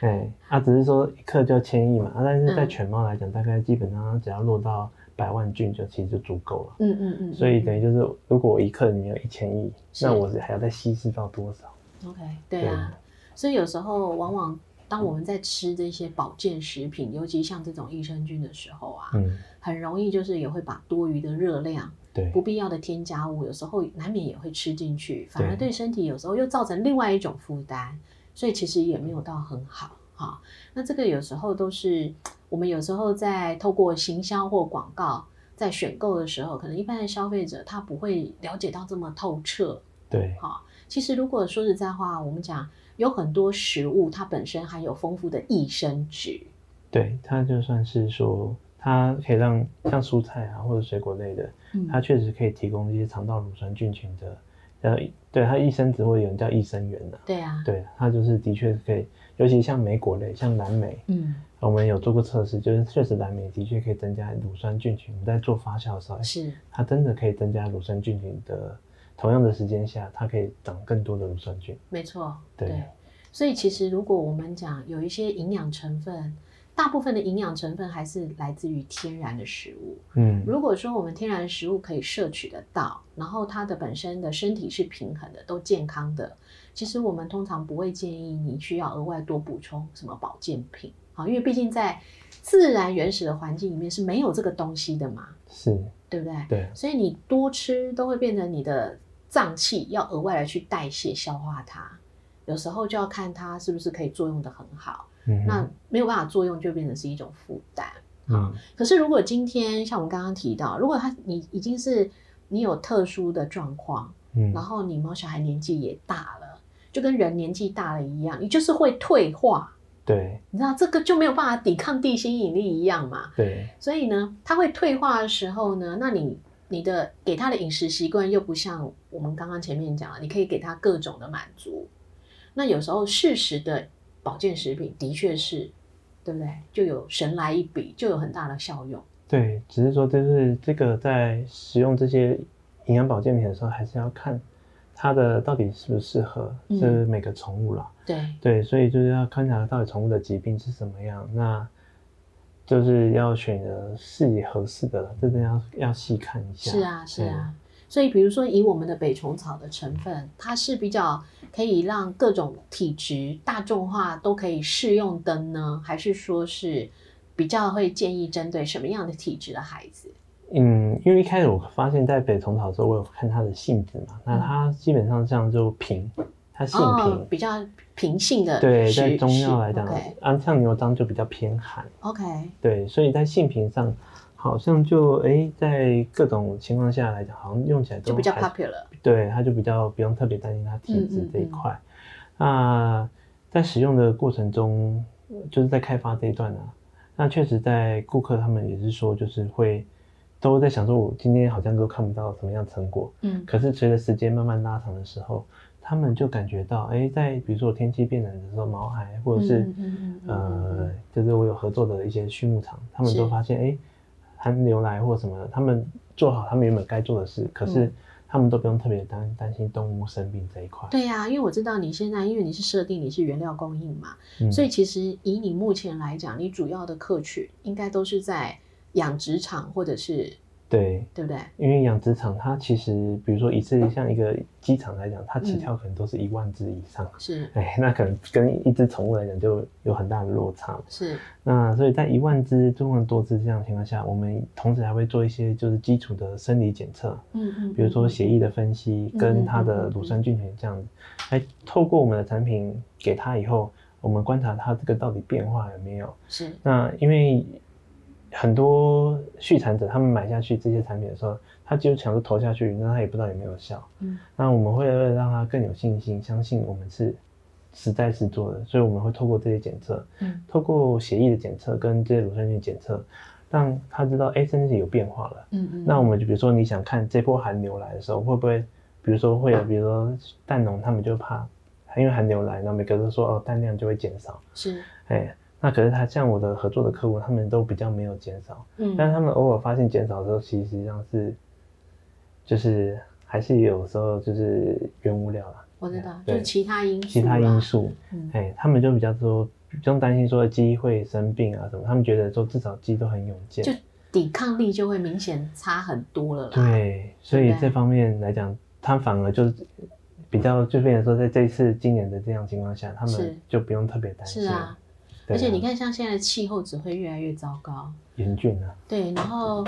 S2: 哎，啊，只是说一克就千亿嘛，啊，但是在
S1: 嗯
S2: 犬猫来讲，大概基本上只要落到百万菌就其实就足够了。
S1: 嗯嗯嗯，
S2: 所以等
S1: 于
S2: 于就是，如果我一克里面有一千亿，
S1: 是
S2: 那我是还要再稀释到多少？
S1: OK，对啊，所以有时候往往当我们在吃这些保健食品，尤其像这种益生菌的时候啊，
S2: 嗯，
S1: 很容易就是也会把多余的热量、
S2: 对
S1: 不，必要的添加物，有时候难免也会吃进去，反而
S2: 对
S1: 对身体有时候又造成另外一种负担，所以其实也没有到很好哈、那这个有时候都是我们有时候在透过行销或广告在选购的时候，可能一般的消费者他不会了解到这么透彻。
S2: 对，
S1: 其实如果说实在话，我们讲有很多食物它本身含有丰富的益生质，
S2: 对，它就算是说，它可以让像蔬菜啊或者水果类的，
S1: 嗯
S2: 它确实可以提供一些肠道乳酸菌群的，呃，对，它益生植物有人叫益生元的、
S1: 对啊，
S2: 对，它就是的确可以，尤其像莓果类，像蓝莓，
S1: 嗯，
S2: 我们有做过测试，就是确实蓝莓的确可以增加乳酸菌群。我们在做发酵的时候，哎
S1: 是。
S2: 它真的可以增加乳酸菌群的。同样的时间下，它可以长更多的乳酸菌。
S1: 没错，
S2: 对
S1: 所以其实如果我们讲有一些营养成分，大部分的营养成分还是来自于天然的食物。
S2: 嗯，
S1: 如果说我们天然食物可以摄取得到，然后它的本身的身体是平衡的，都健康的，其实我们通常不会建议你需要额外多补充什么保健品，好，因为毕竟在自然原始的环境里面是没有这个东西的嘛，
S2: 是，
S1: 对不对？
S2: 对，
S1: 所以你多吃都会变成你的脏器要额外的去代谢消化它，有时候就要看它是不是可以作用的很好。
S2: 嗯哼，
S1: 那没有办法作用，就变成是一种负担。
S2: 嗯
S1: 可是如果今天像我们刚刚提到，如果他你已经是你有特殊的状况，
S2: 嗯
S1: 然后你猫小孩年纪也大了，就跟人年纪大了一样，你就是会退化，
S2: 对
S1: 你知道这个就没有办法抵抗地心引力一样嘛。
S2: 对
S1: 所以呢，它会退化的时候呢，那你你的给它的饮食习惯又不像我们刚刚前面讲了，你可以给它各种的满足。那有时候适时的保健食品的确是，对不对？就有神来一笔，就有很大的效用。
S2: 对，只是说就是这个在使用这些营养保健品的时候，还是要看它的到底适不适合，
S1: 嗯
S2: 就是每个宠物啦。
S1: 对，
S2: 对，所以就是要观察到底宠物的疾病是什么样，那就是要选择适宜合适的了，这真的要要细看一下。
S1: 是啊，是啊。所以，比如说以我们的北虫草的成分，它是比较可以让各种体质大众化都可以适用的呢，还是说是比较会建议针对什么样的体质的孩子？
S2: 嗯，因为一开始我发现，在北虫草的时候，我有看它的性质嘛，那
S1: 嗯
S2: 它基本上像就平，它性平。
S1: 哦、比较平性的
S2: 对，
S1: 食
S2: 在中药来
S1: 食
S2: 讲，啊，像牛樟就比较偏寒，
S1: ，OK，, o k
S2: 对，所以在性平上，好像就哎，在各种情况下来讲，好像用起来都
S1: 就比较
S2: 还
S1: popular。
S2: 对，它就比较不用特别担心它体质这一块。那、在使用的过程中，就是在开发这一段啊，那确实在顾客他们也是说，就是会都在想说，我今天好像都看不到什么样的成果，
S1: 嗯
S2: 可是随着时间慢慢拉长的时候，他们就感觉到，哎，在比如说天气变冷的时候，毛孩或者是、
S1: 嗯嗯嗯嗯嗯
S2: 呃
S1: 嗯，
S2: 就是我有合作的一些畜牧场，他们
S1: 是
S2: 都发现，哎，寒流来或什么的，他们做好他们原本该做的事，可是
S1: 嗯
S2: 他们都不用特别担担心动物生病这一块。
S1: 对呀、因为我知道你现在，因为你是设定你是原料供应嘛，
S2: 嗯
S1: 所以其实以你目前来讲，你主要的客群应该都是在养殖场或者是
S2: 对，
S1: 对不对？
S2: 因为养殖场它其实，比如说一次像一个鸡场来讲，它起
S1: 嗯
S2: 跳可能都是一万只以上，
S1: 是
S2: 哎，那可能跟一只宠物来讲就有很大的落差嘛。
S1: 是，
S2: 那所以在一万只这么多只这样的情况下，我们同时还会做一些就是基础的生理检测，
S1: 嗯嗯，
S2: 比如
S1: 嗯
S2: 说血液的分析
S1: 嗯
S2: 跟它
S1: 嗯
S2: 的
S1: 嗯嗯
S2: 乳酸菌群这样子，来透过我们的产品给它以后，我们观察它这个到底变化有没有。
S1: 是
S2: 那因为很多续产者他们买下去这些产品的时候，他就想说投下去，那他也不知道有没有效。
S1: 嗯
S2: 那我们会为了让他更有信心，相信我们是实在是做的，所以我们会透过这些检测，
S1: 嗯
S2: 透过血液的检测跟这些乳酸菌检测，让他知道哎，身体有变化了。
S1: 嗯嗯，
S2: 那我们就比如说，你想看这波寒流来的时候，会不会，比如说会有，比如说蛋农他们就怕，因为寒流来，然后每个都说哦蛋量就会减少，
S1: 是
S2: 哎，那可是他像我的合作的客户，他们都比较没有减少，
S1: 嗯
S2: 但是他们偶尔发现减少的时候，其实上是，就是还是有时候就是原物料啦，
S1: 我知道，就
S2: 对
S1: 是其他因素
S2: 其他因
S1: 啦，
S2: 素，
S1: 嗯
S2: 哎，他们就比较说不用担心说鸡会生病啊什么，他们觉得说至少鸡都很勇健，
S1: 就抵抗力就会明显差很多了啦。
S2: 对，所
S1: 对
S2: 以
S1: 不对
S2: 这方面来讲，他反而就是比较，就变成说，在这一次今年的这样情况下，他
S1: 是
S2: 们就不用特别担心。
S1: 是啊，
S2: 对
S1: 而且你
S2: 啊
S1: 看，像现在的气候只会越来越糟糕。
S2: 严峻啊，
S1: 对，然后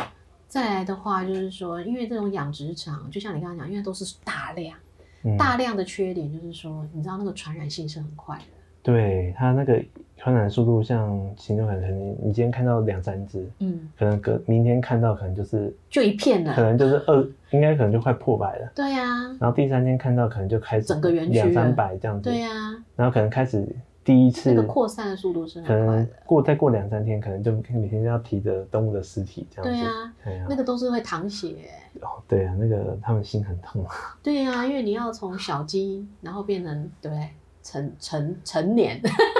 S1: 再来的话，就是说，因为这种养殖场，就像你刚刚讲，因为都是大量、
S2: 嗯，
S1: 大量的缺点，就是说，你知道那个传染性是很快的。
S2: 对它那个传染速度，像禽流感，可能你今天看到两三只，
S1: 嗯，
S2: 可能隔明天看到可能就是，
S1: 就一片
S2: 可
S1: 了。
S2: 能就是二，应该可能就快破百了。
S1: 对呀、
S2: 然后第三天看到可能就开始
S1: 整个园区
S2: 两
S1: 了
S2: 三百这样子，
S1: 对呀、
S2: 然后可能开始第一次
S1: 那个扩散的速度是
S2: 可
S1: 很快
S2: 能
S1: 的。
S2: 过再过两三天，可能就每天就要提着动物的尸体这样
S1: 对
S2: 子。
S1: 呀、
S2: 哎呀
S1: 那个都是会淌血。
S2: 哦对啊，那个他们心很痛。啊
S1: 对呀、因为你要从小鸡，然后变成对不对成成成年，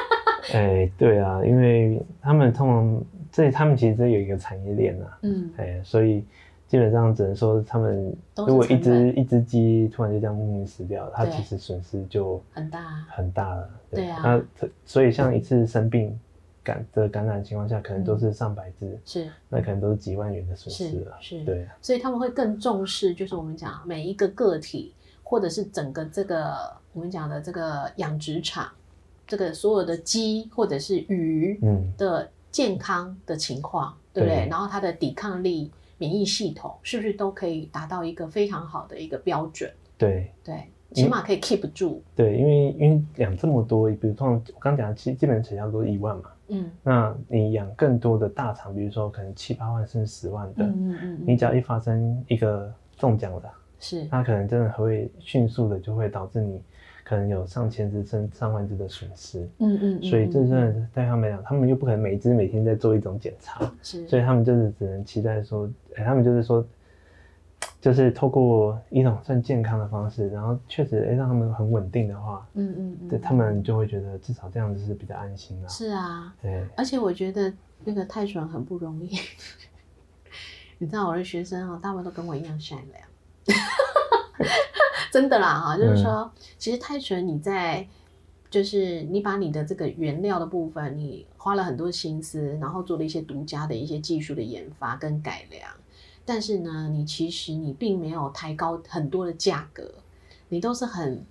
S2: 哎，对啊，因为他们通常这他们其实这有一个产业链啊，
S1: 嗯，
S2: 哎，所以基本上只能说他们
S1: 都是
S2: 如果一
S1: 成
S2: 只一只鸡突然就这样莫名死掉，它
S1: 对
S2: 其实损失就
S1: 很大。啊
S2: 很大了。
S1: 对啊
S2: 那这所以像一次生病感的感染情况下，可能都是上百只，
S1: 是
S2: 那可能都是几万元的损失
S1: 是
S2: 了。
S1: 是，
S2: 对啊，
S1: 所以他们会更重视，就是我们讲每一个个体，或者是整个这个我们讲的这个养殖场，这个所有的鸡或者是鱼
S2: 嗯，
S1: 的健康的情况，对不对？
S2: 对
S1: 然后它的抵抗力、免疫系统是不是都可以达到一个非常好的一个标准？
S2: 对。
S1: 对，起码可以 keep 住。
S2: 对，因为因为养这么多，比如通常我刚讲的基基本成交都是一万嘛，
S1: 嗯
S2: 那你养更多的大厂，比如说可能七八万甚至十万的，
S1: 嗯嗯嗯，
S2: 你只要一发生一个中奖的，
S1: 是
S2: 它可能真的会迅速的就会导致你可能有上千只甚至上万只的损失。
S1: 嗯嗯，嗯
S2: 所以这真
S1: 是
S2: 的是对他们来讲，他们又不可能每只每天在做一种检查，
S1: 是，
S2: 所以他们就是只能期待说，哎、他们就是说，就是透过一种算健康的方式，然后确实哎、让他们很稳定的话，
S1: 嗯嗯嗯，
S2: 对他们就会觉得至少这样子是比较安心啦。
S1: 是啊，
S2: 对，
S1: 而且我觉得那个泰纯很不容易。 你知道我的学生哦，大部分都跟我一样善良， 真的啦哈、就是说，其实泰纯你在，就是你把你的这个原料的部分，你花了很多心思，然后做了一些独家的一些技术的研发跟改良，但是呢，你其实你并没有抬高很多的价格，你都是很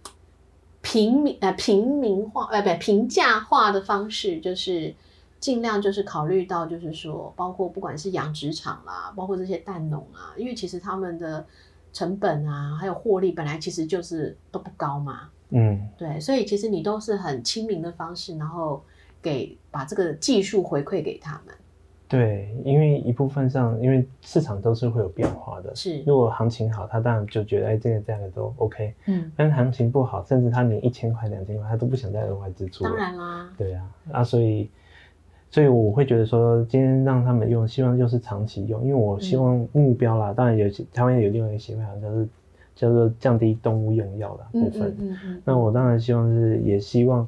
S1: 平民呃平民化呃不平价化的方式，就是尽量就是考虑到就是说，包括不管是养殖场啦，包括这些蛋农啊，因为其实他们的成本啊，还有获利本来其实就是都不高嘛，
S2: 嗯，
S1: 对，所以其实你都是很亲民的方式，然后给把这个技术回馈给他们，
S2: 对，因为一部分上，因为市场都是会有变化的。
S1: 是，
S2: 如果行情好，他当然就觉得哎，这个价格都 OK。
S1: 嗯，
S2: 但是行情不好，甚至他连一千块、两千块，他都不想再额外支出了。
S1: 当然啦，
S2: 对啊，啊，所以，所以我会觉得说，今天让他们用，希望就是长期用，因为我
S1: 嗯
S2: 希望目标啦，当然有些台湾有另外一个协会，好像叫是叫做降低动物用药的部
S1: 嗯
S2: 分。
S1: 嗯嗯嗯，
S2: 那我当然希望是，也希望，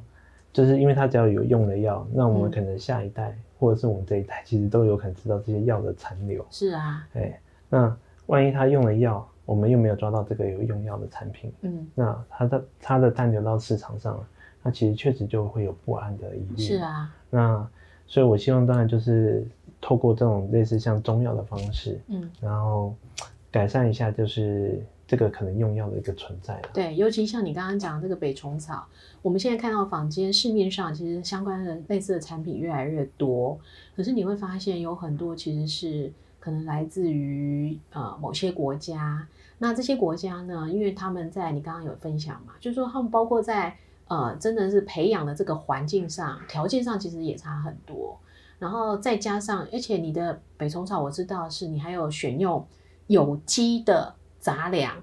S2: 就是因为它只要有用的药，那我
S1: 嗯
S2: 们可能下一代、或者是我们这一代，其实都有可能知道这些药的残留。
S1: 是啊，
S2: 哎，那万一他用了药，我们又没有抓到这个有用药的产品，
S1: 嗯，
S2: 那它的它的蛋流到市场上了，那其实确实就会有不安的疑虑。
S1: 是啊，
S2: 那所以，我希望当然就是透过这种类似像中药的方式，
S1: 嗯。
S2: 然后改善一下，就是这个可能用药的一个存在了。
S1: 对，尤其像你刚刚讲的这个北虫草，我们现在看到坊间市面上其实相关的类似的产品越来越多，可是你会发现有很多其实是可能来自于呃某些国家，那这些国家呢，因为他们在你刚刚有分享嘛，就是说他们包括在呃真的是培养的这个环境上、条件上，其实也差很多。然后再加上，而且你的北虫草我知道是你还有选用有机的杂粮，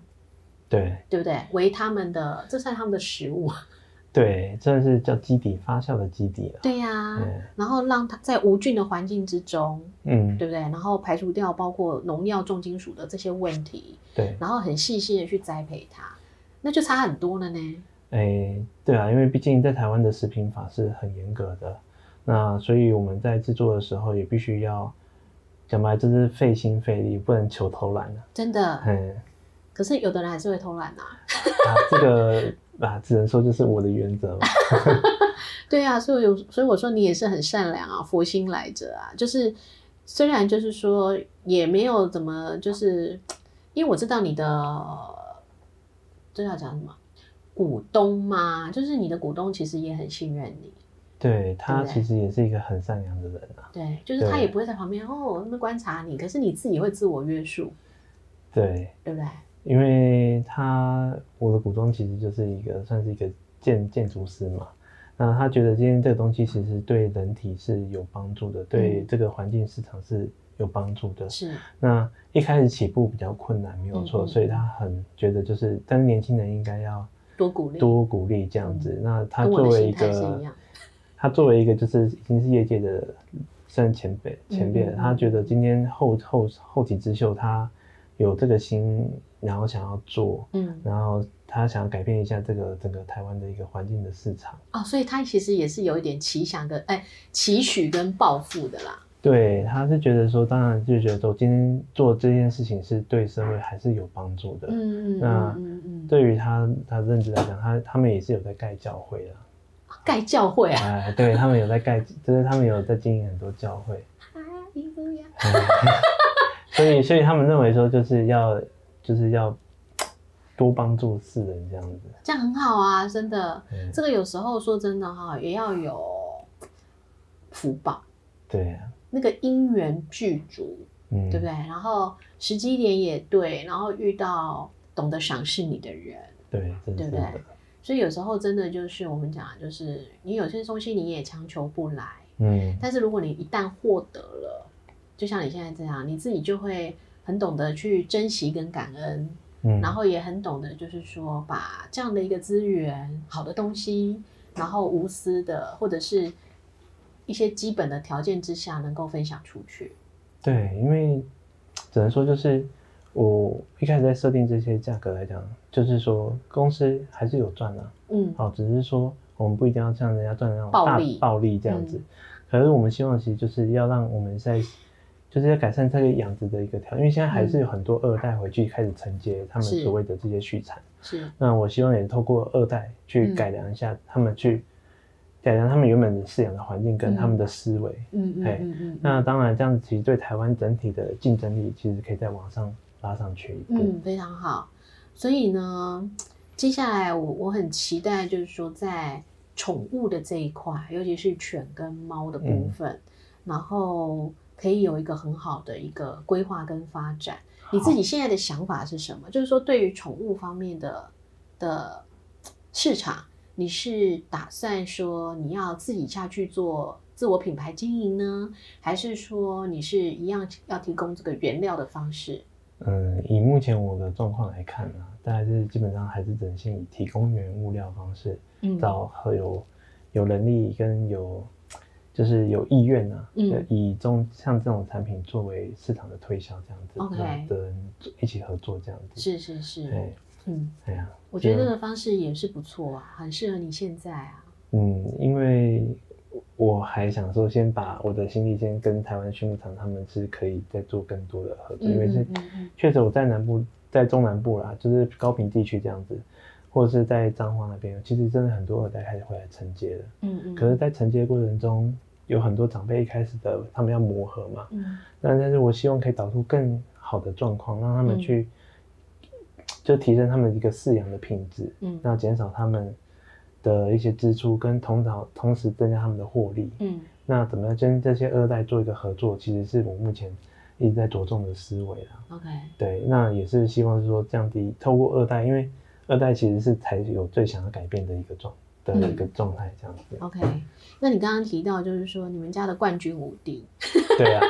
S2: 对
S1: 对不对？为他们的，这算他们的食物。
S2: 对，这是叫基底发酵的基底了。
S1: 对呀、
S2: 嗯
S1: 然后让它在无菌的环境之中，
S2: 嗯，
S1: 对不对？然后排除掉包括农药、重金属的这些问题，
S2: 对，
S1: 然后很细心的去栽培它，那就差很多了呢。
S2: 哎，对啊，因为毕竟在台湾的食品法是很严格的，那所以我们在制作的时候也必须要讲白，就是费心费力，不能求偷懒了。
S1: 真的，
S2: 嗯，
S1: 可是有的人还是会偷懒呐、
S2: 啊，这个啊，只能说就是我的原则嘛。
S1: 对啊，所以有，所以我说你也是很善良啊，佛心来着啊，就是虽然就是说也没有怎么，就是因为我知道你的这要讲什么股东嘛，就是你的股东其实也很信任你，
S2: 对他
S1: 对
S2: 其实也是一个很善良的人啊。
S1: 对，就是他
S2: 对
S1: 也不会在旁边哦那么观察你，可是你自己会自我约束，
S2: 对，
S1: 对不对？
S2: 因为他我的股东其实就是一个算是一个建建筑师嘛，那他觉得今天这个东西其实对人体是有帮助的，对
S1: 嗯
S2: 这个环境市场是有帮助的。
S1: 是，
S2: 那一开始起步比较困难，没有
S1: 嗯
S2: 错，
S1: 嗯
S2: 所以他很觉得就是，但是年轻人应该要
S1: 多鼓励
S2: 多鼓励这样子。那他
S1: 嗯跟我
S2: 作
S1: 的
S2: 为
S1: 心
S2: 一
S1: 态是
S2: 个
S1: 一样
S2: 他作为一个就是已经是业界的算前辈前辈了，
S1: 嗯嗯
S2: 他觉得今天后后后起之秀他有这个心，然后想要做，
S1: 嗯，
S2: 然后他想要改变一下这个整个台湾的一个环境的市场。
S1: 哦，所以他其实也是有一点奇想跟哎期许跟抱负的啦，
S2: 对，他是觉得说，当然就觉得说，今天做这件事情是对社会还是有帮助的。
S1: 嗯嗯嗯
S2: 那
S1: 嗯嗯，
S2: 对于他他认知来讲，他他们也是有在盖教会的，
S1: 盖教会啊。
S2: 哎，对他们有在盖，就是他们有在经营很多教会。所以，所以他们认为说，就是要，就是要多帮助世人这样子。
S1: 这样很好啊，真的。
S2: 嗯，
S1: 这个有时候说真的哈、也要有福报，
S2: 对啊，
S1: 那个因缘具足，
S2: 嗯，
S1: 对不对？然后时机点也对，然后遇到懂得赏识你的人，
S2: 对，真
S1: 对
S2: 是
S1: 不对
S2: 的，
S1: 所以有时候真的就是我们讲，就是你有些东西你也强求不来，
S2: 嗯，
S1: 但是如果你一旦获得了，就像你现在这样，你自己就会很懂得去珍惜跟感恩，
S2: 嗯
S1: 然后也很懂得就是说把这样的一个资源、好的东西，然后无私的或者是一些基本的条件之下能够分享出去。
S2: 对，因为只能说就是我一开始在设定这些价格来讲，就是说公司还是有赚的、
S1: 嗯，
S2: 好，只是说我们不一定要像人家赚的那种
S1: 暴
S2: 大
S1: 利
S2: 暴利这样子
S1: 嗯，
S2: 可是我们希望其实就是要让我们在就是要改善这个养殖的一个条件，因为现在还是有很多二代回去开始承接他们
S1: 是
S2: 所谓的这些畜产。
S1: 是
S2: 那我希望也透过二代去改良一下他们去改良他们原本的饲养的环境跟他们的思维。
S1: 嗯嗯
S2: 哎
S1: 嗯嗯，
S2: 那当然，这样子其实对台湾整体的竞争力其实可以再往上拉上去一步。
S1: 嗯，非常好。所以呢，接下来我我很期待，就是说在宠物的这一块，尤其是犬跟猫的部
S2: 嗯
S1: 分，然后可以有一个很好的一个规划跟发展。你自己现在的想法是什么？就是说，对于宠物方面的的市场，你是打算说你要自己下去做自我品牌经营呢，还是说你是一样要提供这个原料的方式？
S2: 嗯，以目前我的状况来看呢、大概是基本上还是整性以提供原物料方式，
S1: 嗯
S2: 找和有有能力跟有就是有意愿啊，
S1: 嗯
S2: 以中像这种产品作为市场的推销这样子
S1: OK
S2: 那的人一起合作这样子。
S1: 是是是，
S2: 哎
S1: 嗯，
S2: 哎呀，
S1: 我觉得
S2: 对
S1: 这个方式也是不错啊，很适合你现在啊。
S2: 嗯，因为我还想说，先把我的心力先跟台湾畜牧场他们是可以再做更多的合作，因为是
S1: 嗯嗯嗯
S2: 确实我在南部，在中南部啦，就是高平地区这样子，或者是在彰化那边，其实真的很多二代开始回来承接的。
S1: 嗯嗯，
S2: 可是，在承接过程中，有很多长辈一开始的他们要磨合嘛，
S1: 嗯
S2: 那但是我希望可以导出更好的状况，让他们
S1: 嗯
S2: 去、就提升他们一个饲养的品质。
S1: 嗯
S2: 那减少他们的一些支出，跟同导同时增加他们的获利。
S1: 嗯
S2: 那怎么样跟这些二代做一个合作，其实是我目前一直在着重的思维啦。
S1: ，OK，
S2: 对，那也是希望是说降低透过二代，因为二代其实是才有最想要改变的一个状的一个状态这样子。
S1: OK，那你刚刚提到就是说你们家的冠军无敌，
S2: 对啊，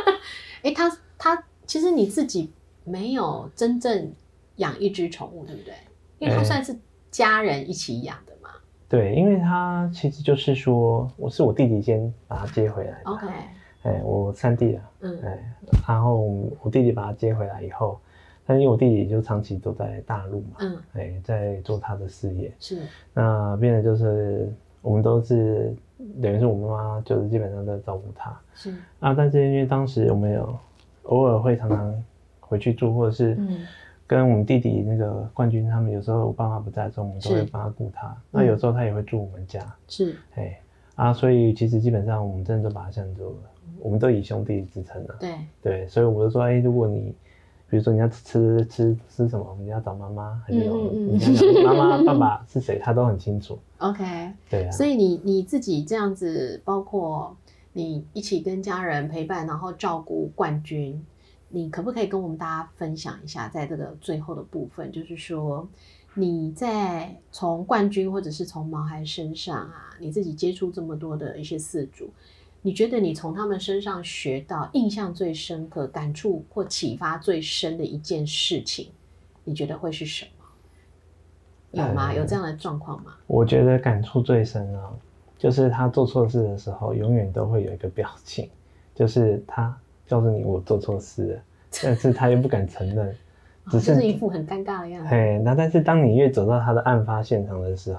S1: 诶，他他其实你自己没有真正养一只宠物，对不对？因为它
S2: 哎
S1: 算是家人一起养的嘛。
S2: 对，因为他其实就是说，我是我弟弟先把他接回来的。
S1: OK，
S2: 哎，我三弟啊，
S1: 嗯
S2: 哎，然后我弟弟把他接回来以后，但因为我弟弟就长期都在大陆嘛，
S1: 嗯，
S2: 哎，在做他的事业，
S1: 是
S2: 那变得就是我们都是等于是我妈妈就是基本上在照顾他
S1: 是，
S2: 啊，但是因为当时我们有偶尔会常常回去住，或者是
S1: 嗯
S2: 跟我们弟弟那个冠军他们有时候我爸妈不在的时候，我们都会
S1: 是嗯
S2: 帮他顾他，那有时候他也会住我们家，
S1: 是，
S2: 哎啊，所以其实基本上我们真的都把他像做，我们都以兄弟之称啊。
S1: 对，
S2: 对，所以我就说，哎、如果你比如说你要吃吃吃什么，你要找妈妈，还是
S1: 嗯
S2: 找
S1: 嗯嗯
S2: 你要找妈妈、爸爸是谁，他都很清楚。
S1: OK，
S2: 对啊，
S1: 所以你你自己这样子，包括你一起跟家人陪伴，然后照顾冠军，你可不可以跟我们大家分享一下，在这个最后的部分，就是说你在从冠军或者是从毛孩身上啊，你自己接触这么多的一些饲主，你觉得你从他们身上学到印象最深刻、感触或启发最深的一件事情，你觉得会是什么？有吗？有这样的状况吗？
S2: 我觉得感触最深啊，就是他做错事的时候，永远都会有一个表情，就是他告诉你我做错 事了，但是他又不敢承认，
S1: 哦
S2: 只
S1: 就是是一副很尴尬的样子。
S2: 嘿，那但是当你越走到他的案发现场的时候，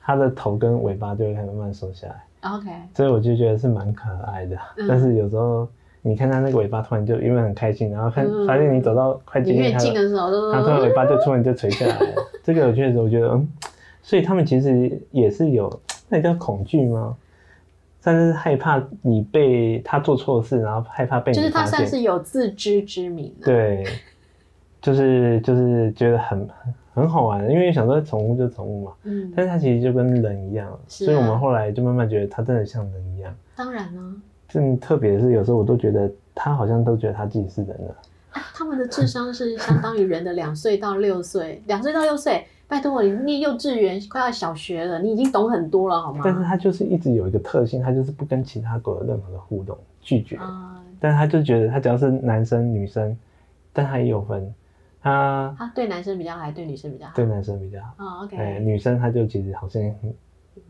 S2: 他的头跟尾巴就会开始慢慢缩下来。
S1: OK，
S2: 所以我就觉得是蛮可爱的。啊
S1: 嗯
S2: 但是有时候你看它那个尾巴突然就因为很开心，然后看、
S1: 嗯
S2: 发现你走到快
S1: 你
S2: 接近
S1: 越
S2: 它
S1: 近
S2: 了，
S1: 的时候都
S2: 它突然尾巴就突然就垂下来 了。这个我确实我觉得，嗯，所以他们其实也是有那叫恐惧吗？算是害怕你被他做错事，然后害怕被你
S1: 就是
S2: 发
S1: 他算
S2: 现。
S1: 是有自知之明的。，
S2: 对，就是就是觉得很很好玩，因为想说宠物就宠物嘛，
S1: 嗯，
S2: 但是它其实就跟人一样，
S1: 是
S2: 所以我
S1: 啊
S2: 们后来就慢慢觉得它真的像人一样。
S1: 当然呢、
S2: 嗯，特别是有时候我都觉得他好像都觉得他自己
S1: 嗯
S2: 是人了。
S1: 啊他们的智商是相当于人的两岁到六岁，两岁到六岁，拜托我，你念幼稚园快要小学了，你已经懂很多了好吗？
S2: 但是它就是一直有一个特性，它就是不跟其他狗有任何的互动，拒绝。
S1: 啊、
S2: 但是它就觉得它只要是男生女生，但它也有分，它
S1: 他对男生比较好，还对女生比较好？
S2: 对男生比较好，
S1: 哦，OK，
S2: 哎、女生她就其实好像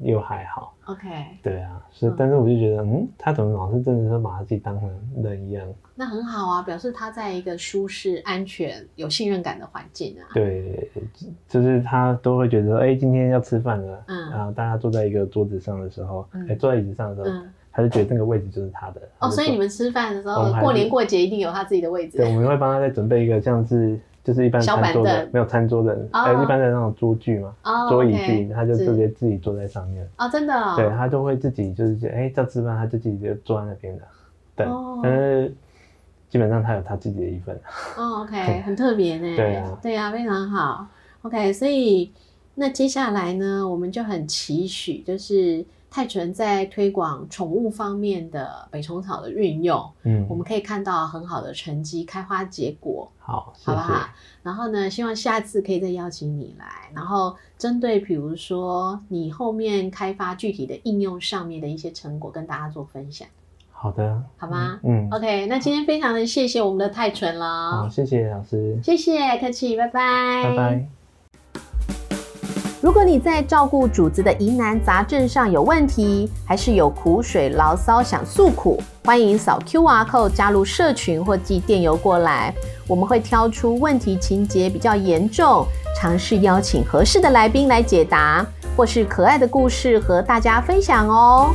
S2: 又还好。
S1: OK，
S2: 对啊，是
S1: 嗯，
S2: 但是我就觉得，嗯，他怎么老是真的是把他自己当成人一样？
S1: 那很好啊，表示他在一个舒适、安全、有信任感的环境啊。
S2: 对，就是他都会觉得，哎、今天要吃饭了，
S1: 嗯
S2: 然后大家坐在一个桌子上的时候，哎、
S1: 嗯
S2: 坐在椅子上的时候，
S1: 嗯，
S2: 他就觉得那个位置就是他的。他
S1: 哦，
S2: 就
S1: 所以
S2: 坐
S1: 你们吃饭的时
S2: 我
S1: 候
S2: 们，还是
S1: 过年过节一定有他自己的位置
S2: 对，。我们会帮他再准备一个像是就是一般
S1: 小板
S2: 餐桌的
S1: 凳
S2: 没有餐桌的，
S1: 哦
S2: 哎、一般的那种桌具嘛，
S1: 哦，
S2: 桌椅
S1: OK，
S2: 具，他就是直接自己坐在上面。
S1: 哦，真的哦，
S2: 对他就会自己就是觉得哎、叫吃饭，他就自己就坐在那边的。对，
S1: 哦
S2: 但是基本上他有他自己的一份。
S1: 哦，OK，很特别呢。
S2: 对啊
S1: 对啊，非常好。OK，所以那接下来呢，我们就很期许，就是泰纯在推广宠物方面的北虫草的运用，
S2: 嗯，
S1: 我们可以看到很好的成绩、开花结果，
S2: 好，谢
S1: 好不
S2: 谢。
S1: 好？然后呢，希望下次可以再邀请你来，然后针对比如说你后面开发具体的应用上面的一些成果，跟大家做分享，
S2: 好的，
S1: 好吗？
S2: 嗯，
S1: OK，那今天非常的谢谢我们的泰纯了。
S2: 好，谢谢老师，
S1: 谢谢，客气，拜拜，
S2: 拜拜。
S1: 如果你在照顾主子的疑难杂症上有问题，还是有苦水牢骚想诉苦，欢迎扫 QR code 加入社群或寄电邮过来，我们会挑出问题情节比较严重，尝试邀请合适的来宾来解答，或是可爱的故事和大家分享哦。